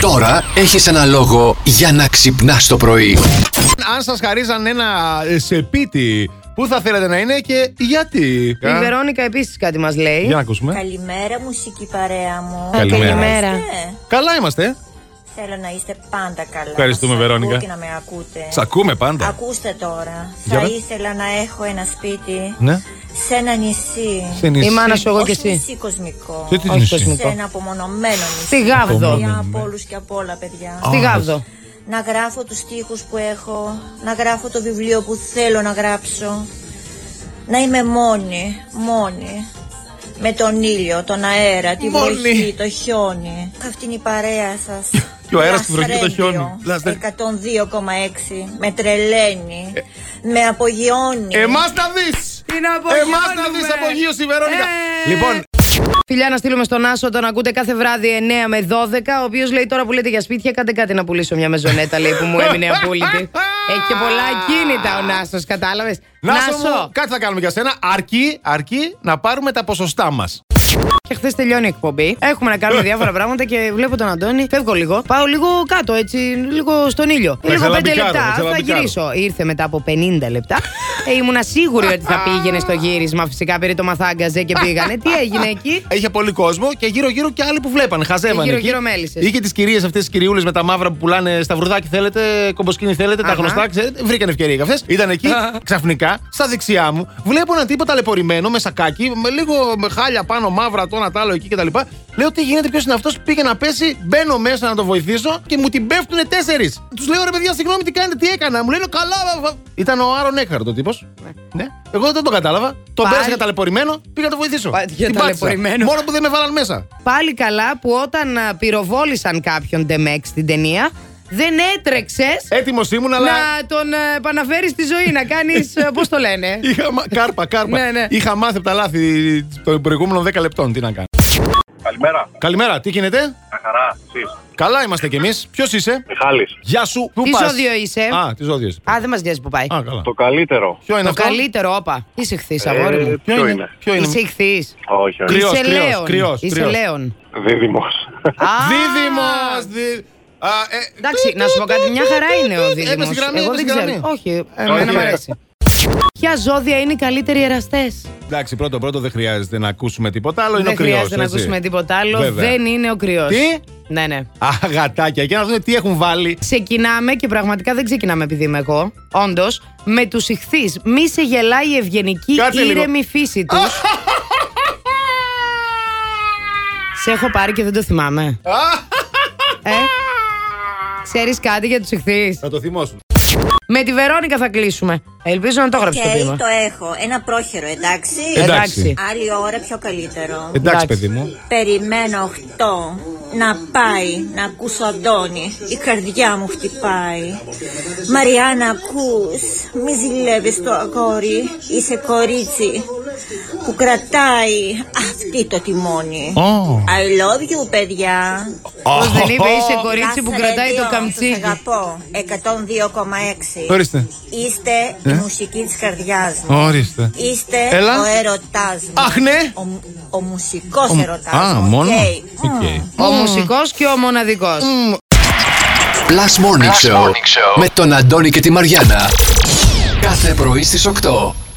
Τώρα έχεις ένα λόγο για να ξυπνάς το πρωί. Αν σας χαρίζαν ένα ε, σεπίτι, πού θα θέλατε να είναι και γιατί. Η Α, Βερόνικα επίσης κάτι μας λέει. Για να ακούσουμε. Καλημέρα μουσική παρέα μου. Ναι. Καλημέρα. Καλημέρα. Ε, Καλά είμαστε. Θέλω να είστε πάντα καλά. Ευχαριστούμε, Σας Βερόνικα. ακούω Και να με ακούτε. Σ' ακούμε πάντα. Ακούστε τώρα. Για θα πες. ήθελα να έχω ένα σπίτι Ναι. σε ένα νησί. Σε νησί. Η μάνα σου, εγώ Όχι και εσύ. νησί κοσμικό. Σε τι Όχι νησί. κοσμικό. Σε ένα απομονωμένο νησί. Στη Γάβδο. Για από όλους και από όλα, παιδιά. Στη Γάβδο. Να γράφω τους στίχους που έχω, να γράφω το βιβλίο που θέλω να γράψω. Να είμαι μόνη, μόνη. Με τον ήλιο, τον αέρα, τη Μόνη. βροχή, το χιόνι. Αυτή είναι η παρέα σας. Και ο αέρας, Last τη βροχή, το Radio, χιόνι. Last Radio. 102,6. Με Ε, τρελαίνει. με απογειώνει. Εμάς τα δεις Τι να απογειώνουμε. Εμάς τα δεις απογείωση, Βερόνικα. Ε. Λοιπόν, Φιλιά να στείλουμε στον Άσο, τον ακούτε κάθε βράδυ 9 με 12, ο οποίος λέει τώρα που λέτε για σπίτια, κάντε κάτι να πουλήσω μια μεζονέτα, λέει που μου έμεινε απόλυτη. Έχει και πολλά ακίνητα ο Νάσος, κατάλαβες. Νάσο, μου, κάτι θα κάνουμε για σένα. Αρκεί, αρκεί να πάρουμε τα ποσοστά μας. Και χθες τελειώνει η εκπομπή. Έχουμε να κάνουμε διάφορα πράγματα και βλέπω τον Αντώνη. Φεύγω λίγο. Πάω λίγο κάτω, έτσι, λίγο στον ήλιο. Να λίγο 5 ξαλαμπικάρω, να λεπτά. Θα ξαλαμπικάρω. γυρίσω. Ήρθε μετά από 50 λεπτά. Ε, ήμουνα σίγουρη ότι θα πήγαινε στο γύρισμα. Φυσικά πήρε το μαθάγκαζε και πήγανε. Τι έγινε εκεί. Είχε πολύ κόσμο και γύρω-γύρω και άλλοι που βλέπαν. Χαζεύαν. Γύρω-γύρω εκεί. μέλισσες. Είχε τις κυρίες αυτές, τις κυριούλες με τα μαύρα που πουλάνε στα βρουδάκι θέλετε, κομποσκίνη θέλετε, τα Αχα. γνωστά, ξέρετε. Βρήκαν ευκαιρία και αυτέ. Ήταν εκεί, ξαφνικά, στα δεξιά μου, βλέπω έναν τύπο ταλαιπωρημένο με σακάκι, με λίγο με χάλια πάνω, μαύρα, το ένα τ' άλλο εκεί κτλ. Λέω τι γίνεται, ποιος είναι αυτός, πήγε να πέσει, μπαίνω μέσα να το βοηθήσω και μου την πέφτουν τέσσερις. Τους λέω ρε παιδιά, συγγνώμη, τι κάνετε, τι έκανα. Μου λένε καλά. βα- βα». Ήταν ο Άρον Έκχαρτ ο τύπος. Ναι. Εγώ δεν το κατάλαβα. Τον Πάλι. πέρασα για ταλαιπωρημένο, πήγα να το βοηθήσω. Πάλι για Την πάτησα. ταλαιπωρημένο. Μόνο που δεν με βάλαν μέσα. Πάλι καλά που όταν α, πυροβόλησαν κάποιον Ντεμέκ στην ταινία, δεν έτρεξες Έτοιμος ήμουν, αλλά. να τον α, επαναφέρει στη ζωή, να κάνεις. Πώς το λένε. Είχα μα- Κάρπα, κάρπα. Ναι, ναι. Είχα μάθει από τα λάθη των προηγούμενων 10 λεπτών. Τι να κάνω. Καλημέρα. Καλημέρα, τι γίνεται. Τα χαρά. Εσείς. Καλά είμαστε κι εμείς. Ποιος είσαι. Μιχάλης. Γεια σου. Πού Τι πας? ζώδιο είσαι? Α, τι ζώδιο είσαι. Α, δεν μας νοιάζει που πάει. Α, καλά. Το καλύτερο. Ποιο είναι Το αυτό. καλύτερο, όπα. Είσαι χθής, Ε, αγόρι μου. ποιο είναι. Ποιο είναι. Είσαι χθής. Όχι, όχι. Κρυ- Κρυός, Είσαι κρυός, λέον. κρυός, Είσαι κρυός. λέον. Δίδυμος. Α, Δίδυμος, δι- Α, ε, Εντάξει, τι, να τι, σου πω κάτι, τι, μια τι, χαρά τι, είναι ο τι, δίδυμος. έπεσε η γραμμή, Εγώ δεν έπεσε η ξέρω. γραμμή. Όχι, εμένα Όχι. μου αρέσει. Ποια ζώδια είναι οι καλύτεροι εραστές. Εντάξει, πρώτο πρώτο δεν χρειάζεται να ακούσουμε τίποτα άλλο. Είναι ο Δεν κρυός, χρειάζεται να έτσι. ακούσουμε τίποτα άλλο. Βέβαια. Δεν είναι ο κρυός. Τι? Ναι, ναι. Α, γατάκια. Και να δούμε τι έχουν βάλει. Ξεκινάμε και πραγματικά δεν ξεκινάμε επειδή είμαι εγώ. Όντως, με τους ηχθείς. Μη σε γελάει η ευγενική, Κάτσε λίγο. ήρεμη φύση τους. σε έχω πάρει και δεν το θυμάμαι. ε, ξέρεις κάτι για τους ηχθείς. Θα το θυμώσουν. με τη Βερόνικα θα κλείσουμε. Ελπίζω να το Οκ, γράψει το βήμα. το έχω. Ένα πρόχειρο, εντάξει. Εντάξει. Άλλη ώρα πιο καλύτερο. Εντάξει, Εντάξει. παιδί μου. Περιμένω 8 να πάει να ακούσω Αντώνη. Η καρδιά μου χτυπάει. Μαριάννα, ακούς. Μη ζηλεύεις το αγόρι. Είσαι κορίτσι που κρατάει αυτή το τιμόνι. Ω. I love you, παιδιά. Πώς δεν είπε, είσαι Κάθε κορίτσι που κρατάει το radio, καμτσίκι. Σας αγαπώ. 102,6. Ορίστε. Είστε η μουσική της καρδιάς μου. Ορίστε. Είστε Ε. Έλα. ο ερωτάς μου. Αχ, ναι. Ο, ο μουσικός Ο- ερωτάς Α, μου. μόνο. Οκ. Οκ. Ο μουσικός και ο μοναδικός. Plus Morning, Show, με τον Αντώνη και τη Μαριάνα. Κάθε πρωί στις 8.